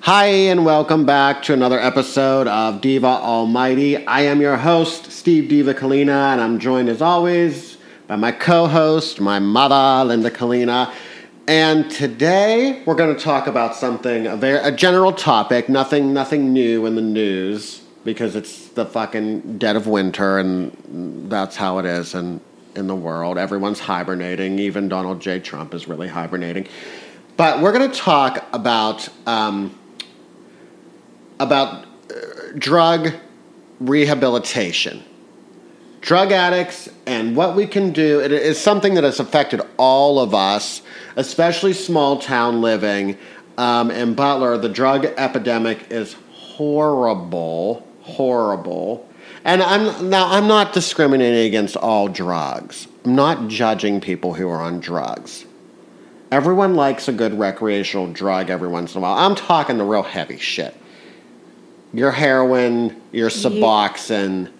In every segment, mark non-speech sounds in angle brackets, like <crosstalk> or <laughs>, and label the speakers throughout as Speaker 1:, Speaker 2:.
Speaker 1: Hi, and welcome back to another episode of Diva Almighty. I am your host, Steve Diva Kalina, and I'm joined as always by my co host, my mother, Linda Kalina. And today we're going to talk about something, a, very, a general topic, nothing, nothing new in the news because it's the fucking dead of winter and that's how it is in, in the world. Everyone's hibernating. Even Donald J. Trump is really hibernating. But we're going to talk about um, about uh, drug rehabilitation, drug addicts, and what we can do. It is something that has affected all of us, especially small town living. Um, in Butler, the drug epidemic is horrible, horrible. And I'm now I'm not discriminating against all drugs. I'm not judging people who are on drugs. Everyone likes a good recreational drug every once in a while. I'm talking the real heavy shit. Your heroin, your Suboxone,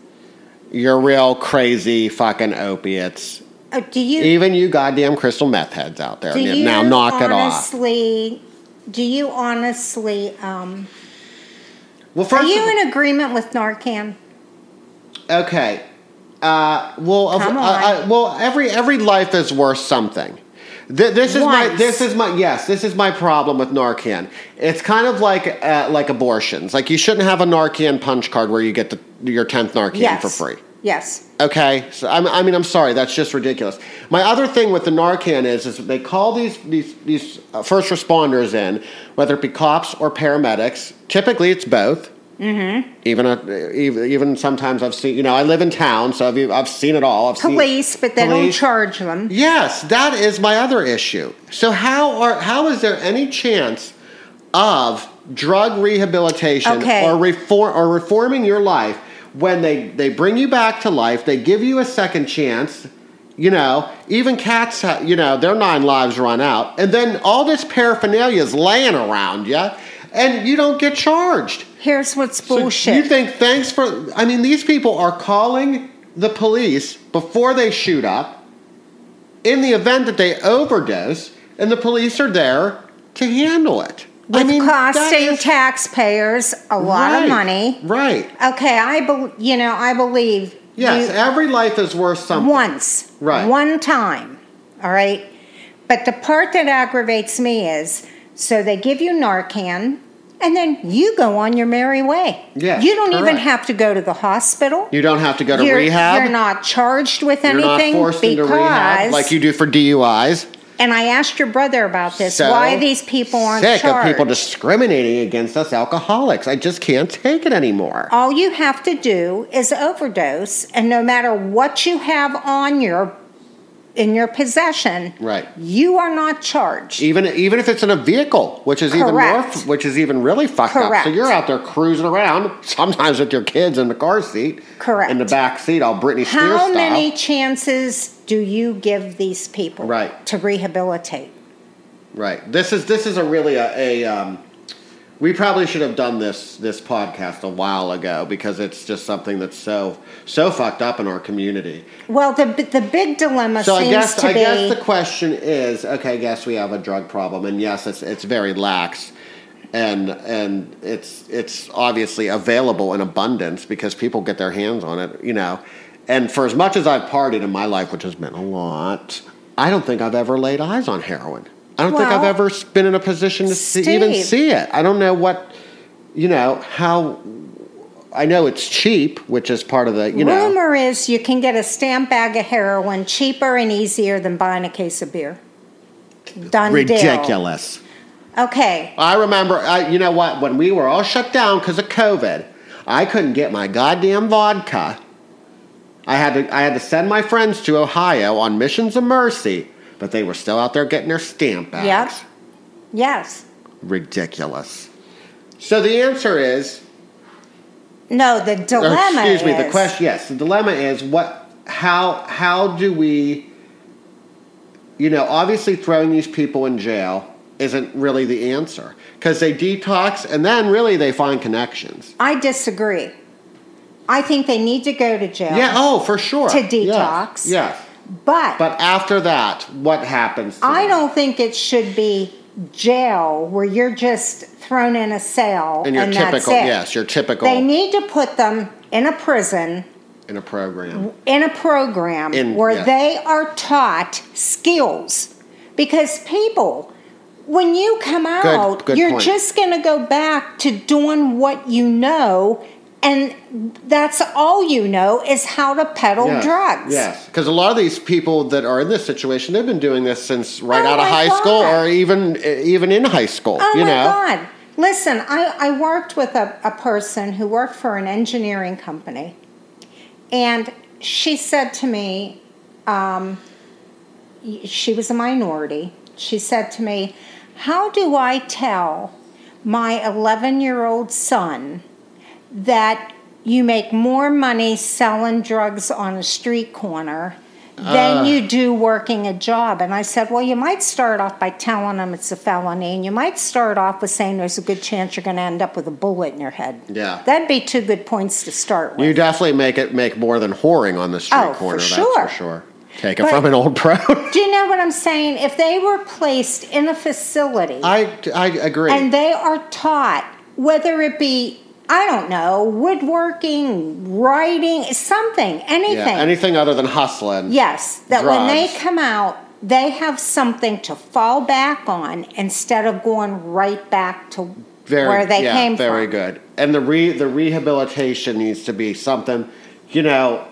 Speaker 1: your real crazy fucking opiates.
Speaker 2: Oh, do you
Speaker 1: Even you goddamn crystal meth heads out there.
Speaker 2: do you
Speaker 1: now knock it off.
Speaker 2: honestly, Do you honestly? Um,
Speaker 1: Well,
Speaker 2: are
Speaker 1: first,
Speaker 2: you
Speaker 1: of-
Speaker 2: in agreement with Narcan?
Speaker 1: okay. Uh, well, of-
Speaker 2: Come
Speaker 1: uh,
Speaker 2: on.
Speaker 1: uh, well, every every life is worth something. Th- this is my
Speaker 2: Once.
Speaker 1: this is my yes this is my problem with Narcan. It's kind of like uh, like abortions. Like you shouldn't have a Narcan punch card where you get the, your tenth Narcan
Speaker 2: Yes.
Speaker 1: for free.
Speaker 2: Yes.
Speaker 1: Okay, so I'm, I mean, I'm sorry, that's just ridiculous. My other thing with the Narcan is, is they call these these these uh, first responders in, whether it be cops or paramedics. Typically, it's both. Mm-hmm. Even a, even even sometimes I've seen. You know, I live in town, so I've I've seen it all. I've seen-
Speaker 2: Police, but they
Speaker 1: Police.
Speaker 2: don't charge them.
Speaker 1: Yes, that is my other issue. So how are how is there any chance of drug rehabilitation
Speaker 2: Okay.
Speaker 1: or reform or reforming your life when they they bring you back to life, they give you a second chance, you know, even cats ha- you know, their nine lives run out and then all this paraphernalia is laying around you and you don't get charged.
Speaker 2: Here's what's
Speaker 1: So
Speaker 2: bullshit.
Speaker 1: you think thanks for? I mean, these people are calling the police before they shoot up, in the event that they overdose, and the police are there to handle it. I
Speaker 2: With
Speaker 1: mean, that
Speaker 2: costing
Speaker 1: is-
Speaker 2: taxpayers a lot
Speaker 1: Right,
Speaker 2: of money.
Speaker 1: Right.
Speaker 2: Okay, I bel you know I believe.
Speaker 1: Yes.
Speaker 2: you-
Speaker 1: every life is worth something.
Speaker 2: once,
Speaker 1: Right.
Speaker 2: One time, all right. But the part that aggravates me is so they give you Narcan, and then you go on your merry way.
Speaker 1: Yes,
Speaker 2: you don't even
Speaker 1: correct.
Speaker 2: have to go to the hospital.
Speaker 1: You don't have to go to
Speaker 2: you're,
Speaker 1: rehab.
Speaker 2: you're not charged with
Speaker 1: You're not
Speaker 2: anything
Speaker 1: forced
Speaker 2: because.
Speaker 1: into rehab like you do for DUIs.
Speaker 2: and I asked your brother about this.
Speaker 1: So
Speaker 2: why these people aren't
Speaker 1: sick
Speaker 2: charged?
Speaker 1: of people discriminating against us alcoholics. I just can't take it anymore.
Speaker 2: all you have to do is overdose and no matter what you have on your in your possession
Speaker 1: Right.
Speaker 2: you are not charged
Speaker 1: even even if it's in a vehicle, which is even more,
Speaker 2: Correct.
Speaker 1: which is even really fucked up.
Speaker 2: Correct.
Speaker 1: So you're out there cruising around, sometimes with your kids in the car seat,
Speaker 2: Correct.
Speaker 1: in the back seat, all Britney Spears
Speaker 2: How
Speaker 1: style.
Speaker 2: many chances do you give these people
Speaker 1: Right.
Speaker 2: to rehabilitate?
Speaker 1: Right. This is this is a really a, a um, we probably should have done this this podcast a while ago because it's just something that's so so fucked up in our community.
Speaker 2: Well, the the big dilemma
Speaker 1: So
Speaker 2: seems
Speaker 1: I guess
Speaker 2: to
Speaker 1: I
Speaker 2: be
Speaker 1: guess the question is okay. I guess we have a drug problem, and yes, it's it's very lax, and and it's it's obviously available in abundance because people get their hands on it, you know. And for as much as I've partied in my life, which has been a lot, I don't think I've ever laid eyes on heroin. I don't think I've
Speaker 2: Well,
Speaker 1: ever been in a position to see, even
Speaker 2: Steve.
Speaker 1: see it. I don't know what, you know, how. I know it's cheap, which is part of the, you know.
Speaker 2: rumor is you can get a stamp bag of heroin cheaper and easier than buying a case of beer. Done deal.
Speaker 1: Ridiculous.
Speaker 2: Okay,
Speaker 1: I remember, I, you know what, when we were all shut down because of COVID, I couldn't get my goddamn vodka. I had, to, I had to send my friends to Ohio on missions of mercy, but they were still out there getting their stamp
Speaker 2: Yep.
Speaker 1: bags.
Speaker 2: yes.
Speaker 1: Ridiculous. So the answer is,
Speaker 2: No, the
Speaker 1: or
Speaker 2: dilemma
Speaker 1: Oh, excuse me, the
Speaker 2: is-
Speaker 1: question, yes, the dilemma is what, how, how do we, you know, obviously throwing these people in jail isn't really the answer because they detox and then really they find connections.
Speaker 2: I disagree. I think they need to go to jail.
Speaker 1: Yeah, oh, for sure.
Speaker 2: To
Speaker 1: Yes.
Speaker 2: detox.
Speaker 1: yes.
Speaker 2: But
Speaker 1: But after that, what happens? to
Speaker 2: I
Speaker 1: them?
Speaker 2: don't think it should be jail where you're just thrown in a cell
Speaker 1: And your
Speaker 2: that's
Speaker 1: typical,
Speaker 2: it.
Speaker 1: yes, your typical
Speaker 2: They need to put them in a prison
Speaker 1: in a program.
Speaker 2: in a program
Speaker 1: In-
Speaker 2: where
Speaker 1: yeah.
Speaker 2: they are taught skills because people when you come out
Speaker 1: good
Speaker 2: you're
Speaker 1: point.
Speaker 2: just going to go back to doing what you know and that's all you know is how to peddle
Speaker 1: Yes,
Speaker 2: Oh, drugs
Speaker 1: Yes, because a lot of these people that are in this situation, they've been doing this since right
Speaker 2: Oh
Speaker 1: out of
Speaker 2: my
Speaker 1: high school,
Speaker 2: God.
Speaker 1: or even even in high school.
Speaker 2: Oh
Speaker 1: you
Speaker 2: my
Speaker 1: know,
Speaker 2: God. Listen, I, I worked with a, a person who worked for an engineering company, and she said to me, um, y- she was a minority. She said to me, How do I tell my 11 year old son that you make more money selling drugs on a street corner than
Speaker 1: Ah.
Speaker 2: you do working a job. And I said, Well, you might start off by telling them it's a felony, and you might start off with saying there's a good chance you're going to end up with a bullet in your head.
Speaker 1: Yeah.
Speaker 2: That'd be two good points to start with.
Speaker 1: you definitely make it make more than whoring on the street
Speaker 2: Oh, for
Speaker 1: corner. that's
Speaker 2: sure.
Speaker 1: for sure. Take it
Speaker 2: But-
Speaker 1: from an old pro. <laughs>
Speaker 2: do you know what I'm saying? If they were placed in a facility
Speaker 1: I I agree.
Speaker 2: and they are taught, whether it be, I don't know, woodworking, writing, something, anything.
Speaker 1: yeah, anything other than hustling.
Speaker 2: Yes, that when they
Speaker 1: Drugs.
Speaker 2: come out, they have something to fall back on instead of going right back to
Speaker 1: very,
Speaker 2: where they
Speaker 1: yeah,
Speaker 2: came
Speaker 1: very
Speaker 2: from.
Speaker 1: good. And the re the rehabilitation needs to be something, you know.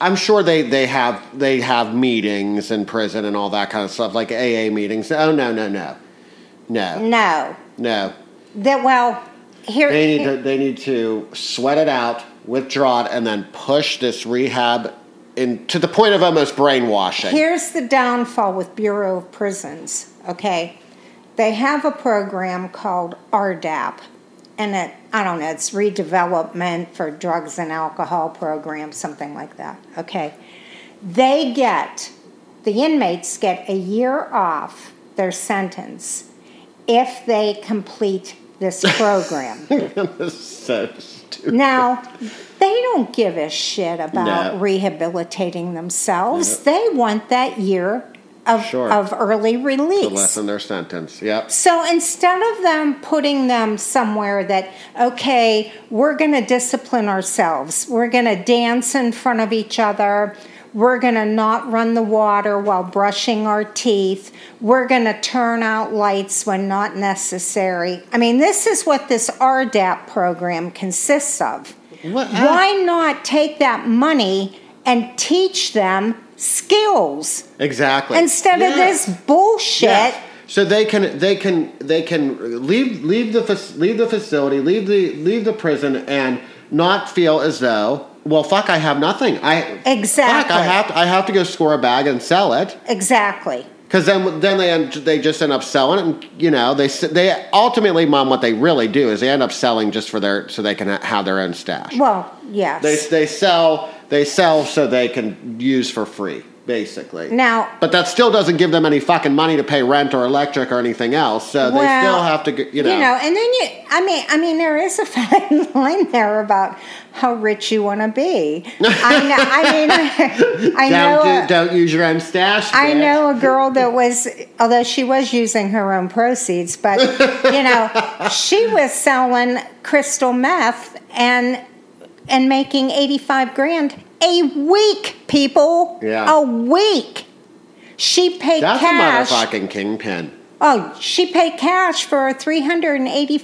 Speaker 1: I'm sure they, they have they have meetings in prison and all that kind of stuff, like AA meetings. Oh no no no,
Speaker 2: Mm.
Speaker 1: no
Speaker 2: No,
Speaker 1: no.
Speaker 2: that well, here
Speaker 1: They need to they need to sweat it out, withdraw it, and then push this rehab in to the point of almost brainwashing.
Speaker 2: Here's the downfall with Bureau of Prisons, okay? They have a program called RDAP, and it, I don't know, it's redevelopment for drugs and alcohol program, something like that, okay? They get, the inmates get a year off their sentence if they complete this program.
Speaker 1: <laughs> so stupid.
Speaker 2: Now, they don't give a shit about
Speaker 1: No.
Speaker 2: rehabilitating themselves. They want that year of,
Speaker 1: Sure.
Speaker 2: of early
Speaker 1: to
Speaker 2: release.
Speaker 1: lessen their sentence. Yep.
Speaker 2: So instead of them putting them somewhere that, okay, we're going to discipline ourselves, we're going to dance in front of each other, we're going to not run the water while brushing our teeth, we're going to turn out lights when not necessary. I mean, this is what this RDAP program consists of.
Speaker 1: What-
Speaker 2: Why not take that money and teach them skills
Speaker 1: Exactly.
Speaker 2: instead of
Speaker 1: Yes.
Speaker 2: this bullshit?
Speaker 1: Yes. So they can they can they can leave leave the fac- leave the facility leave the leave the prison and not feel as though well fuck I have nothing I fuck
Speaker 2: Exactly.
Speaker 1: I have to, I have to go score a bag and sell it
Speaker 2: Exactly.
Speaker 1: because then then they end, they just end up selling it and you know they s- they ultimately mom what they really do is they end up selling just for their so they can ha- have their own stash
Speaker 2: Well, yes.
Speaker 1: they they sell they sell so they can use for free basically
Speaker 2: now,
Speaker 1: But that still doesn't give them any fucking money to pay rent or electric or anything else. So they
Speaker 2: Well,
Speaker 1: still have to, g- you
Speaker 2: you
Speaker 1: know.
Speaker 2: know. and then you, I mean, I mean, there is a <laughs> fine line there about how rich you want to be. I know. I mean, <laughs> I
Speaker 1: don't,
Speaker 2: know. uh,
Speaker 1: do,
Speaker 2: a-
Speaker 1: don't use your own stash.
Speaker 2: I
Speaker 1: bitch.
Speaker 2: know a girl
Speaker 1: <laughs>
Speaker 2: that was, although she was using her own proceeds, but you
Speaker 1: <laughs>
Speaker 2: know, she was selling crystal meth and and making eighty five grand a week. People,
Speaker 1: Yeah.
Speaker 2: a week. She paid
Speaker 1: That's
Speaker 2: cash.
Speaker 1: a motherfucking kingpin.
Speaker 2: Oh, she paid cash for a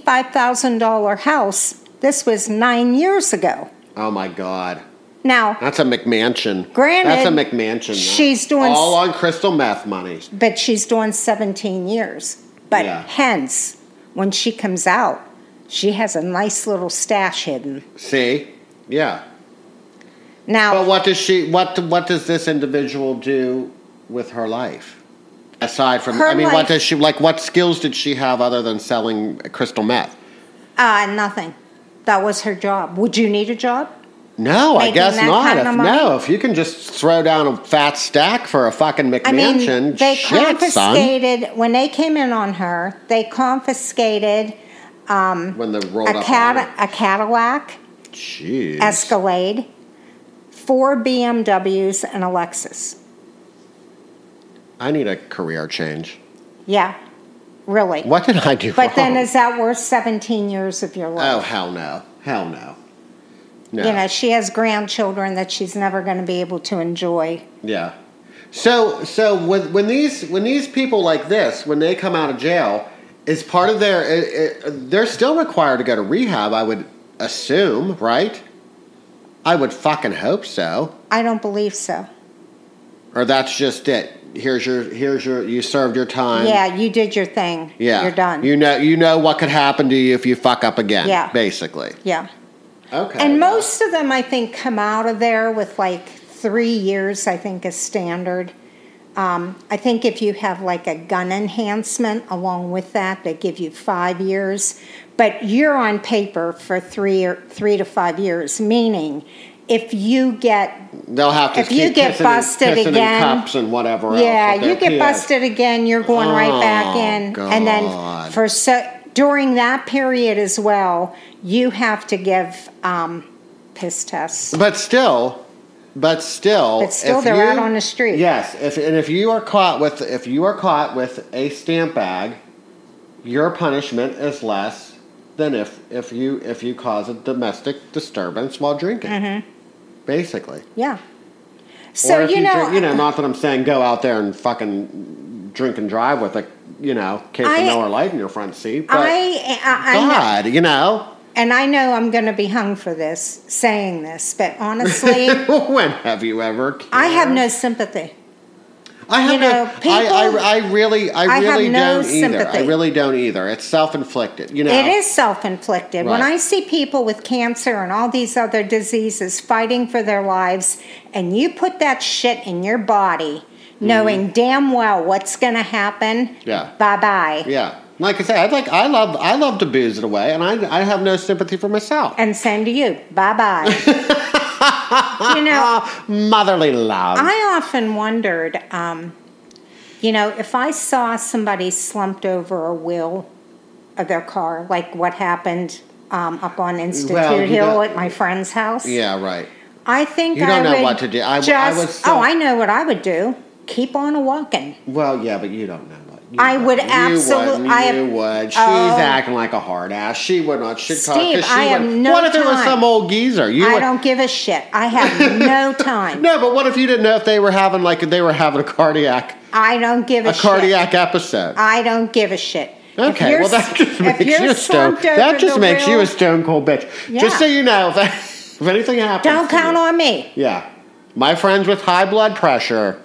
Speaker 2: $385,000 house. This was nine years ago.
Speaker 1: Oh my god.
Speaker 2: Now,
Speaker 1: That's a McMansion.
Speaker 2: Granted,
Speaker 1: that's a McMansion. though.
Speaker 2: she's doing
Speaker 1: all
Speaker 2: s-
Speaker 1: on crystal meth money.
Speaker 2: but she's doing 17 years. But
Speaker 1: Yeah.
Speaker 2: hence, when she comes out, she has a nice little stash hidden.
Speaker 1: See, yeah.
Speaker 2: Now,
Speaker 1: But what does she? What what does this individual do with her life? Aside from,
Speaker 2: Her
Speaker 1: I mean,
Speaker 2: life-
Speaker 1: what does she like? What skills did she have other than selling crystal meth?
Speaker 2: uh, nothing. That was her job. Would you need a job?
Speaker 1: No, I
Speaker 2: making
Speaker 1: guess
Speaker 2: that
Speaker 1: not.
Speaker 2: kind
Speaker 1: If,
Speaker 2: of
Speaker 1: no,
Speaker 2: money?
Speaker 1: if you can just throw down a fat stack for a fucking McMansion,
Speaker 2: I mean, they
Speaker 1: shit, son.
Speaker 2: confiscated, when they came in on her, they confiscated
Speaker 1: When the rolled
Speaker 2: a,
Speaker 1: up,
Speaker 2: Cad-
Speaker 1: on
Speaker 2: a Cadillac.
Speaker 1: it. jeez,
Speaker 2: Escalade, four BMWs, and a Lexus.
Speaker 1: I need a career change.
Speaker 2: Yeah. really.
Speaker 1: What did I do?
Speaker 2: But then
Speaker 1: wrong?
Speaker 2: is that worth 17 years of your
Speaker 1: oh
Speaker 2: life?
Speaker 1: hell no, hell no, no.
Speaker 2: You know, she has grandchildren that she's never going to be able to enjoy.
Speaker 1: Yeah. So so when when these when these people like this when they come out of jail is part of their it, it, they're still required to go to rehab I would assume right I would fucking hope so
Speaker 2: I don't believe so.
Speaker 1: or that's just it here's your here's your you served your time
Speaker 2: yeah, you did your thing.
Speaker 1: Mm. yeah
Speaker 2: You're done.
Speaker 1: you know you know what could happen to you if you fuck up again
Speaker 2: Yeah.
Speaker 1: basically
Speaker 2: yeah.
Speaker 1: okay
Speaker 2: And most of them, I think, come out of there with like three years, I think, is standard. Um, I think if you have like a gun enhancement along with that, they give you five years. But you're on paper for three or three to five years, meaning if you get
Speaker 1: they'll have to
Speaker 2: if you
Speaker 1: keep
Speaker 2: get
Speaker 1: kissing and-
Speaker 2: busted
Speaker 1: kissing and
Speaker 2: again-
Speaker 1: cups and whatever else
Speaker 2: yeah,
Speaker 1: with their
Speaker 2: you get
Speaker 1: kids.
Speaker 2: busted again, you're going right back
Speaker 1: Oh,
Speaker 2: in. And then
Speaker 1: God.
Speaker 2: for so during that period as well, you have to give um, piss tests.
Speaker 1: But still, but still,
Speaker 2: But still
Speaker 1: if
Speaker 2: they're out on the street.
Speaker 1: Yes, if and if you are caught with if you are caught with a stamp bag, your punishment is less than if if you if you cause a domestic disturbance while drinking. Basically,
Speaker 2: Yeah. Mm-hmm. So
Speaker 1: or if
Speaker 2: you know, uh,
Speaker 1: drink, you know, not that I'm saying go out there and fucking drink and drive with a you know case
Speaker 2: I-
Speaker 1: of Miller Lite in your front seat, but
Speaker 2: I, I, I know,
Speaker 1: God, you know,
Speaker 2: and I know I'm going to be hung for this saying this, but
Speaker 1: <laughs>
Speaker 2: honestly,
Speaker 1: when have you ever?
Speaker 2: I have
Speaker 1: cared?
Speaker 2: no sympathy.
Speaker 1: I have
Speaker 2: You
Speaker 1: no,
Speaker 2: know,
Speaker 1: I,
Speaker 2: people-
Speaker 1: I, I really, I,
Speaker 2: I have
Speaker 1: really
Speaker 2: no
Speaker 1: don't either. I
Speaker 2: sympathy.
Speaker 1: really don't either. It's self-inflicted. You know,
Speaker 2: It is self inflicted. When
Speaker 1: Right.
Speaker 2: I see people with cancer and all these other diseases fighting for their lives, and you put that shit in your body, knowing damn well what's going to happen,
Speaker 1: Mm-hmm. Yeah.
Speaker 2: bye bye.
Speaker 1: Yeah, like I say, I like, I love, I love to booze it away, and I, I have no sympathy for myself.
Speaker 2: And same to you,
Speaker 1: <laughs>
Speaker 2: bye bye. you know,
Speaker 1: Ah, motherly love.
Speaker 2: I often wondered, um, you know, if I saw somebody slumped over a wheel of their car, like what happened um, up on Institute
Speaker 1: Well, you
Speaker 2: Hill
Speaker 1: don't-
Speaker 2: at my friend's house.
Speaker 1: yeah, right.
Speaker 2: I think
Speaker 1: You don't
Speaker 2: I
Speaker 1: know
Speaker 2: would
Speaker 1: what to do. I w- I
Speaker 2: just,
Speaker 1: would still-
Speaker 2: oh, I know what I would do. Keep on a walking.
Speaker 1: Well, yeah, but you don't know what. You
Speaker 2: I would
Speaker 1: wouldn't.
Speaker 2: absolute-
Speaker 1: You wouldn't.
Speaker 2: I am-
Speaker 1: you would. She's
Speaker 2: Oh.
Speaker 1: acting like a hard ass. She would not. Should talk. 'cause
Speaker 2: Steve,
Speaker 1: she
Speaker 2: I have
Speaker 1: would-
Speaker 2: no
Speaker 1: What if it was
Speaker 2: time.
Speaker 1: some old geezer? You
Speaker 2: I
Speaker 1: would-
Speaker 2: don't give a shit.
Speaker 1: <laughs>
Speaker 2: I have no time.
Speaker 1: No, but what if you didn't know if they were having like they were having a cardiac
Speaker 2: I don't give a,
Speaker 1: a
Speaker 2: shit.
Speaker 1: cardiac episode?
Speaker 2: I don't give a shit. If
Speaker 1: Okay,
Speaker 2: you're
Speaker 1: well that <laughs>
Speaker 2: s-
Speaker 1: just
Speaker 2: if
Speaker 1: makes
Speaker 2: you're
Speaker 1: you a stone.
Speaker 2: slumped over
Speaker 1: That just
Speaker 2: the
Speaker 1: makes you
Speaker 2: wheel,
Speaker 1: a stone cold bitch.
Speaker 2: Yeah.
Speaker 1: Just so you know, <laughs> if, if anything happens,
Speaker 2: Don't
Speaker 1: to
Speaker 2: count
Speaker 1: you-
Speaker 2: on me.
Speaker 1: Yeah, my friends with high blood pressure.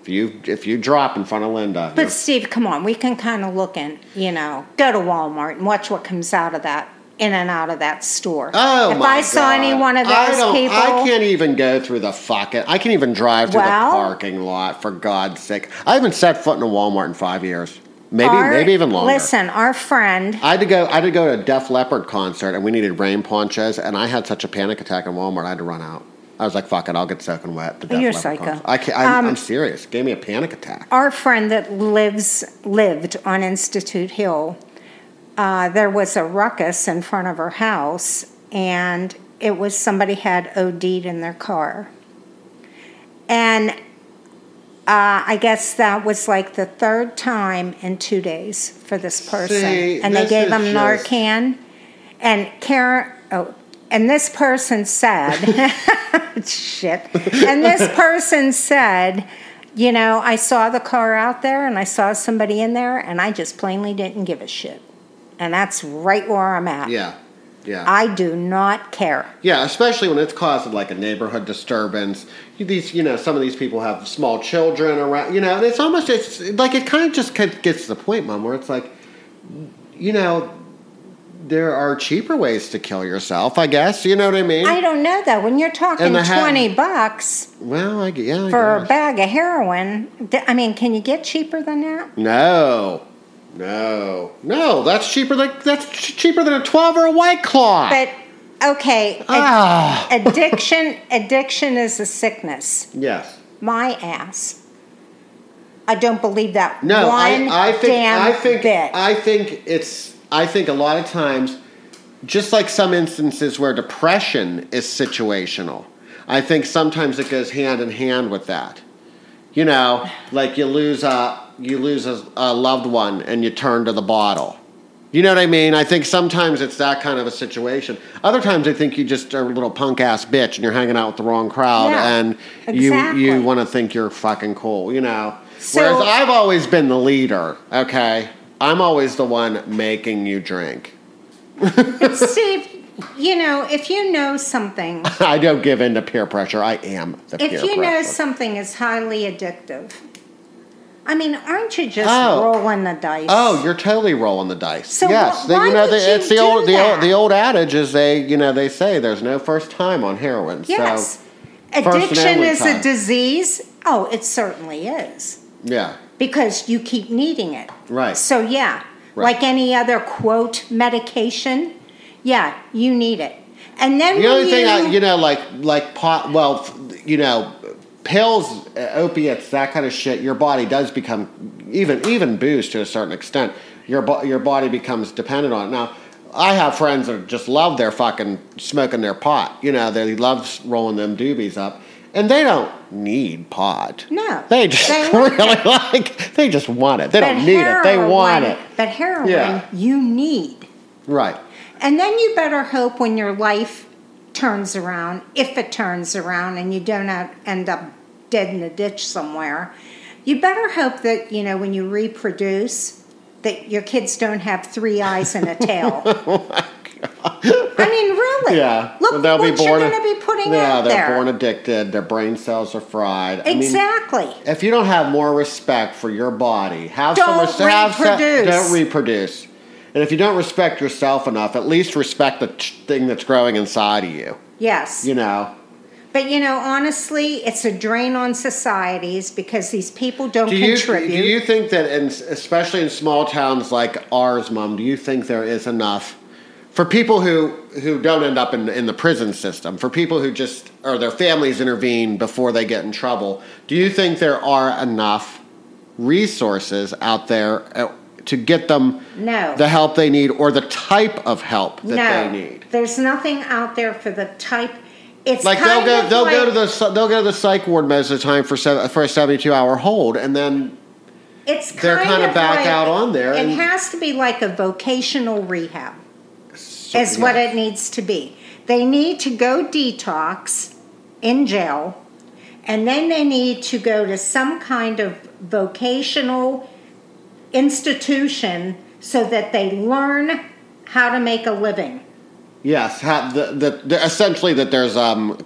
Speaker 1: If you if you drop in front of Linda,
Speaker 2: But Steve, come on, we can kind of look and you know go to Walmart and watch what comes out of that in and out of that store.
Speaker 1: oh
Speaker 2: if
Speaker 1: my
Speaker 2: I saw any
Speaker 1: God.
Speaker 2: one of those
Speaker 1: I don't,
Speaker 2: people,
Speaker 1: I can't even go through the fucking. I can't even drive through
Speaker 2: Well-
Speaker 1: the parking lot for God's sake. I haven't set foot in a Walmart in five years. Maybe
Speaker 2: our-
Speaker 1: maybe even longer.
Speaker 2: Listen, our friend,
Speaker 1: I had to go. I had to go to a Def Leppard concert, and we needed rain ponchos, and I had such a panic attack in Walmart. I had to run out. I was like, "Fuck it, I'll get soaking wet." The Def
Speaker 2: Oh, You're
Speaker 1: Leppard
Speaker 2: psycho.
Speaker 1: concert. I can't, I'm,
Speaker 2: Um,
Speaker 1: I'm serious. Gave me a panic attack.
Speaker 2: our friend that lives lived on Institute Hill, uh, there was a ruckus in front of her house, and it was somebody had OD'd in their car, and uh, I guess that was like the third time in two days for this person,
Speaker 1: See,
Speaker 2: and they
Speaker 1: this
Speaker 2: gave
Speaker 1: is
Speaker 2: him
Speaker 1: just-
Speaker 2: Narcan, and Karen. Oh, and this person said, <laughs> shit. And this person said, you know, I saw the car out there and I saw somebody in there and I just plainly didn't give a shit. And that's right where I'm at.
Speaker 1: Yeah, yeah,
Speaker 2: I do not care.
Speaker 1: yeah. Especially when it's causing like a neighborhood disturbance. You- These, you know, some of these people have small children around. You know, and it's almost it's like it kind of just kind of gets to the point, mom, where it's like, you know, there are cheaper ways to kill yourself. I guess you know what I mean.
Speaker 2: I don't know though. When you're talking
Speaker 1: And the hat-
Speaker 2: 20 bucks
Speaker 1: well, I g- yeah. I
Speaker 2: for a
Speaker 1: guess.
Speaker 2: bag of heroin, th- I mean, can you get cheaper than that?
Speaker 1: No, no, no. That's cheaper. Like that's ch- cheaper than a twelve or a white claw.
Speaker 2: But okay, ad-
Speaker 1: ah,
Speaker 2: addiction addiction is a sickness.
Speaker 1: yes.
Speaker 2: my ass. I don't believe that
Speaker 1: No,
Speaker 2: one
Speaker 1: I, I think
Speaker 2: damn
Speaker 1: I think
Speaker 2: bit.
Speaker 1: I think it's I think a lot of times, just like some instances where depression is situational, I think sometimes it goes hand in hand with that. you know, like you lose a you lose a, a loved one and you turn to the bottle. You know what I mean? I think sometimes it's that kind of a situation. Other times I think you just are a little punk ass bitch and you're hanging out with the wrong crowd
Speaker 2: Yeah,
Speaker 1: and
Speaker 2: exactly.
Speaker 1: you you want to think you're fucking cool, you know.
Speaker 2: So-
Speaker 1: Whereas I've always been the leader, okay? I'm always the one making you drink. <laughs>
Speaker 2: Steve, you know, if you know something,
Speaker 1: I don't give in to peer pressure. I am the
Speaker 2: if
Speaker 1: peer
Speaker 2: you know
Speaker 1: pressure.
Speaker 2: something is highly addictive, I mean, aren't you just
Speaker 1: Oh.
Speaker 2: rolling the dice?
Speaker 1: Oh, you're totally rolling the dice.
Speaker 2: So
Speaker 1: yes,
Speaker 2: wh-
Speaker 1: They-
Speaker 2: why
Speaker 1: you know
Speaker 2: would
Speaker 1: they-
Speaker 2: you
Speaker 1: it's the
Speaker 2: do
Speaker 1: old the
Speaker 2: that?
Speaker 1: old the old adage is they you know they say there's no first time on heroin.
Speaker 2: yes.
Speaker 1: So and
Speaker 2: Addiction
Speaker 1: only
Speaker 2: is
Speaker 1: time.
Speaker 2: a disease. Oh, it certainly is
Speaker 1: yeah,
Speaker 2: because you keep needing it.
Speaker 1: Right.
Speaker 2: So, yeah,
Speaker 1: Right.
Speaker 2: like any other quote medication, yeah, you need it. And then
Speaker 1: the
Speaker 2: when
Speaker 1: only
Speaker 2: you,
Speaker 1: thing I you know like like pot well f- you know pills uh, opiates that kind of shit your body does become even even booze to a certain extent your bo- your body becomes dependent on it now. I have friends that just love their fucking smoking their pot. You know, they love rolling them doobies up, and they don't need pot.
Speaker 2: no,
Speaker 1: They just <laughs>
Speaker 2: want
Speaker 1: really like. They just want it. They
Speaker 2: But
Speaker 1: don't need it. They want it.
Speaker 2: heroin- But heroin,
Speaker 1: Yeah.
Speaker 2: you need.
Speaker 1: Right.
Speaker 2: And then you better hope when your life turns around, if it turns around and you don't out- end up dead in a ditch somewhere, you better hope that, you know, when you reproduce, that your kids don't have three eyes and
Speaker 1: <laughs>
Speaker 2: a tail. I mean, really.
Speaker 1: Oh Yeah.
Speaker 2: Look
Speaker 1: They'll
Speaker 2: what
Speaker 1: born-
Speaker 2: you're going to be putting
Speaker 1: yeah,
Speaker 2: out
Speaker 1: they're
Speaker 2: there.
Speaker 1: born addicted. Their brain cells are fried. I mean,
Speaker 2: exactly.
Speaker 1: if you don't have more respect for your body, have some
Speaker 2: Don't
Speaker 1: res- have se-
Speaker 2: reproduce.
Speaker 1: don't reproduce. And if you don't respect yourself enough, at least respect the t- thing that's growing inside of you.
Speaker 2: yes.
Speaker 1: You know.
Speaker 2: But you know, honestly, it's a drain on societies because these people don't
Speaker 1: Do you
Speaker 2: contribute.
Speaker 1: do you think that, in, especially in small towns like ours, Mom, do you think there is enough for people who who don't end up in in the prison system? For people who just or their families intervene before they get in trouble, do you think there are enough resources out there uh, to get them
Speaker 2: no.
Speaker 1: the help they need or the type of help that
Speaker 2: no.
Speaker 1: they need?
Speaker 2: There's nothing out there for the type. It's
Speaker 1: Like they'll
Speaker 2: kind
Speaker 1: go,
Speaker 2: of
Speaker 1: they'll go
Speaker 2: like-
Speaker 1: to the psy- they'll go to the psych ward most of the time for seven, for a seventy two hour hold, and then
Speaker 2: It's
Speaker 1: they're
Speaker 2: kind
Speaker 1: kinda
Speaker 2: of
Speaker 1: back
Speaker 2: like-
Speaker 1: out on there
Speaker 2: It
Speaker 1: and-
Speaker 2: has to be like a vocational rehab,
Speaker 1: so-
Speaker 2: is what
Speaker 1: yeah.
Speaker 2: it needs to be. They need to go detox in jail, and then they need to go to some kind of vocational institution so that they learn how to make a living.
Speaker 1: Yes, ha the, the, the, essentially that there's um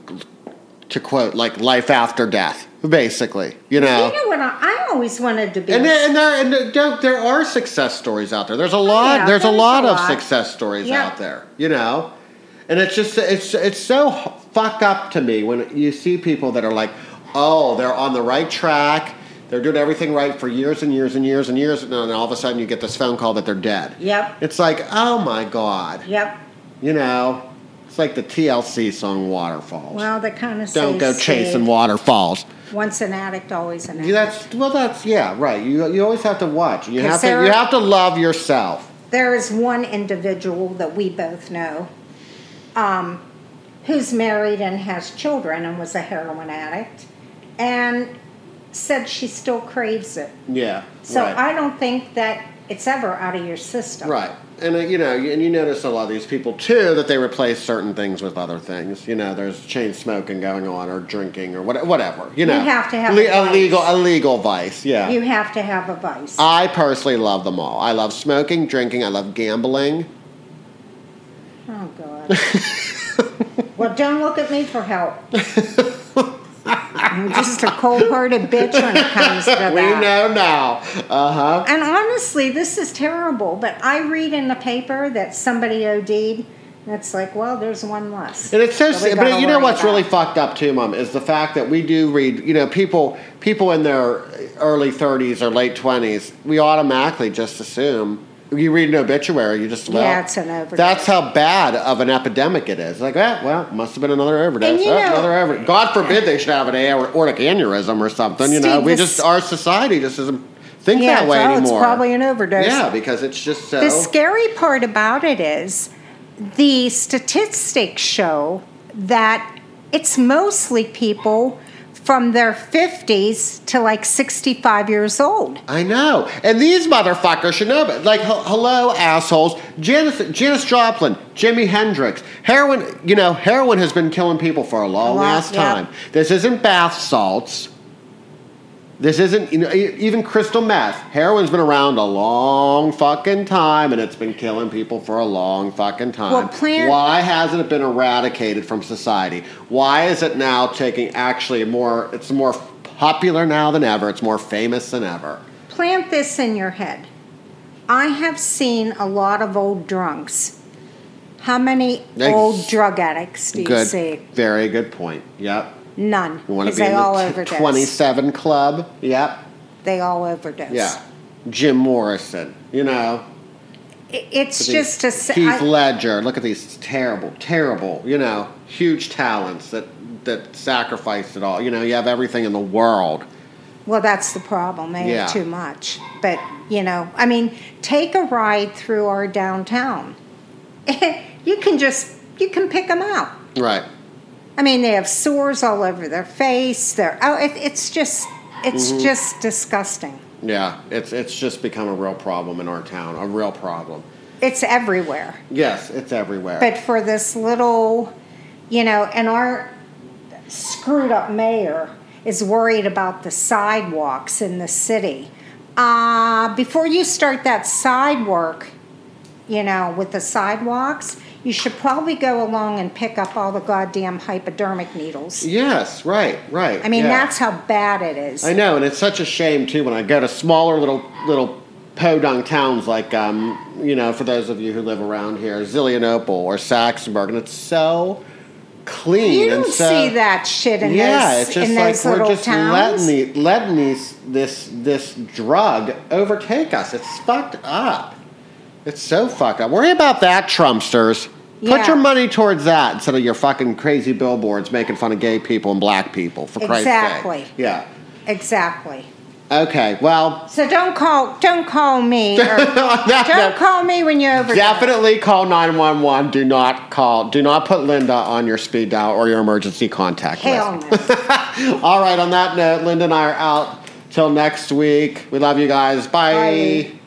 Speaker 1: to quote like life after death, basically. You know,
Speaker 2: You know what? I, I always wanted to be.
Speaker 1: and
Speaker 2: a-
Speaker 1: there, and there and there, don't- there are success stories out there. There's a lot.
Speaker 2: Oh, yeah,
Speaker 1: there's a
Speaker 2: there's
Speaker 1: lot
Speaker 2: a
Speaker 1: of
Speaker 2: lot.
Speaker 1: success stories
Speaker 2: Yeah.
Speaker 1: out there. You know, and it's just it's it's so fucked up to me when you see people that are like, oh, they're on the right track. They're doing everything right for years and years and years and years, and then all of a sudden you get this phone call that they're dead.
Speaker 2: Yep.
Speaker 1: It's like, oh my god.
Speaker 2: Yep.
Speaker 1: You know, it's like the TLC song Waterfalls.
Speaker 2: Well, that kind of
Speaker 1: Don't go chasing waterfalls.
Speaker 2: Once an addict, always an addict.
Speaker 1: That's well. That's yeah. Right. You you always have to watch. You
Speaker 2: 'Cause
Speaker 1: have to
Speaker 2: there
Speaker 1: you
Speaker 2: are-
Speaker 1: have to love yourself.
Speaker 2: There is one individual that we both know um, who's married and has children and was a heroin addict and said she still craves it.
Speaker 1: Yeah.
Speaker 2: So
Speaker 1: right.
Speaker 2: I don't think that it's ever out of your system.
Speaker 1: Right. And uh, you know, you- and you notice a lot of these people too that they replace certain things with other things. You know, there's chain smoking going on, or drinking, or what, whatever. You know,
Speaker 2: have to have
Speaker 1: Le-
Speaker 2: a vice.
Speaker 1: a legal a legal vice. Yeah.
Speaker 2: You have to have a vice.
Speaker 1: I personally love them all. I love smoking, drinking. I love gambling.
Speaker 2: oh, God. well, don't look at me
Speaker 1: <laughs>
Speaker 2: for help. I'm just a cold hearted bitch when it comes to that.
Speaker 1: We know now. Uh huh.
Speaker 2: And honestly, this is terrible, but I read in the paper that somebody OD'd, and it's like, well, there's one less.
Speaker 1: And it's so,
Speaker 2: that we
Speaker 1: sad,
Speaker 2: gotta
Speaker 1: but you know
Speaker 2: worry
Speaker 1: what's really
Speaker 2: about.
Speaker 1: fucked up too, mom, is the fact that we do read. You know, people people in their early thirties or late twenties, we automatically just assume you read an obituary, you just well,
Speaker 2: Yeah, it's an overdose.
Speaker 1: That's how bad of an epidemic it is. Like, eh, well, must have been another overdose.
Speaker 2: And you
Speaker 1: Oh,
Speaker 2: know-
Speaker 1: another overdose. God forbid they should have an aor- aortic aneurysm or something. You know,
Speaker 2: Steve,
Speaker 1: we
Speaker 2: this-
Speaker 1: just our society just doesn't think
Speaker 2: yeah,
Speaker 1: that way
Speaker 2: it's, oh,
Speaker 1: anymore.
Speaker 2: it's probably an overdose.
Speaker 1: yeah, because it's just so.
Speaker 2: The scary part about it is the statistics show that it's mostly people from their 50s to like 65 years old.
Speaker 1: I know. And these motherfuckers should know. But like, h- hello, assholes. Janis, Janis Joplin, Jimi Hendrix, heroin. You know, heroin has been killing people for a long
Speaker 2: lot,
Speaker 1: ass
Speaker 2: yeah.
Speaker 1: time. This isn't bath salts. This isn't you know, e- even crystal meth. Heroin's been around a long fucking time, and it's been killing people for a long fucking time.
Speaker 2: Well, plant-
Speaker 1: Why hasn't it been eradicated from society? Why is it now taking actually more? It's more popular now than ever. It's more famous than ever.
Speaker 2: Plant this in your head. I have seen a lot of old drunks. How many
Speaker 1: Ex-
Speaker 2: old drug addicts do you
Speaker 1: good,
Speaker 2: see?
Speaker 1: very good point. Yep.
Speaker 2: None.
Speaker 1: You want to
Speaker 2: Because
Speaker 1: be in
Speaker 2: they all
Speaker 1: the t-
Speaker 2: overdose.
Speaker 1: 27 club? Yep.
Speaker 2: They all overdose.
Speaker 1: Yeah. Jim Morrison. You know.
Speaker 2: I- It's
Speaker 1: Look at
Speaker 2: just a
Speaker 1: these-
Speaker 2: sa-
Speaker 1: Heath
Speaker 2: I-
Speaker 1: Ledger. Look at these terrible, terrible, you know, huge talents that that sacrificed it all. You know, you have everything in the world.
Speaker 2: Well, that's the problem. They
Speaker 1: Yeah.
Speaker 2: have too much. But, you know, I mean, take a ride through our downtown. <laughs> you can just, you can pick them out.
Speaker 1: Right.
Speaker 2: I mean, they have sores all over their face. They're, oh, it, it's just, it's
Speaker 1: Mm-hmm.
Speaker 2: just disgusting.
Speaker 1: Yeah. It's it's just become a real problem in our town. A real problem.
Speaker 2: It's everywhere.
Speaker 1: Yes, it's everywhere.
Speaker 2: But for this little, you know, and our screwed up mayor is worried about the sidewalks in the city. Uh, before you start that side work, you know, with the sidewalks, you should probably go along and pick up all the goddamn hypodermic needles.
Speaker 1: yes, right, right.
Speaker 2: I mean,
Speaker 1: yeah.
Speaker 2: that's how bad it is.
Speaker 1: I know, and it's such a shame too when I go to smaller little little podunk towns like um, you know, for those of you who live around here, Zillionople or Saxonburg, and it's so clean.
Speaker 2: you
Speaker 1: and
Speaker 2: don't
Speaker 1: so,
Speaker 2: see that shit in
Speaker 1: yeah,
Speaker 2: those,
Speaker 1: it's just
Speaker 2: in
Speaker 1: like
Speaker 2: those
Speaker 1: we're
Speaker 2: little
Speaker 1: just
Speaker 2: towns.
Speaker 1: letting the, letting these this this drug overtake us. It's fucked up. It's so fucked up. Worry about that, Trumpsters. Put
Speaker 2: Yeah.
Speaker 1: your money towards that instead of your fucking crazy billboards making fun of gay people and black people. For Christ's
Speaker 2: Exactly.
Speaker 1: sake. Yeah.
Speaker 2: exactly.
Speaker 1: Okay. Well, <laughs>
Speaker 2: So don't call don't call me or
Speaker 1: on that
Speaker 2: don't
Speaker 1: note,
Speaker 2: call me when you're over.
Speaker 1: definitely call 911. Do not call. Do not put Linda on your speed dial or your emergency contact
Speaker 2: Hell
Speaker 1: list.
Speaker 2: no.
Speaker 1: <laughs> All right. On that note, Linda and I are out till next week. We love you guys. Bye.
Speaker 2: Bye.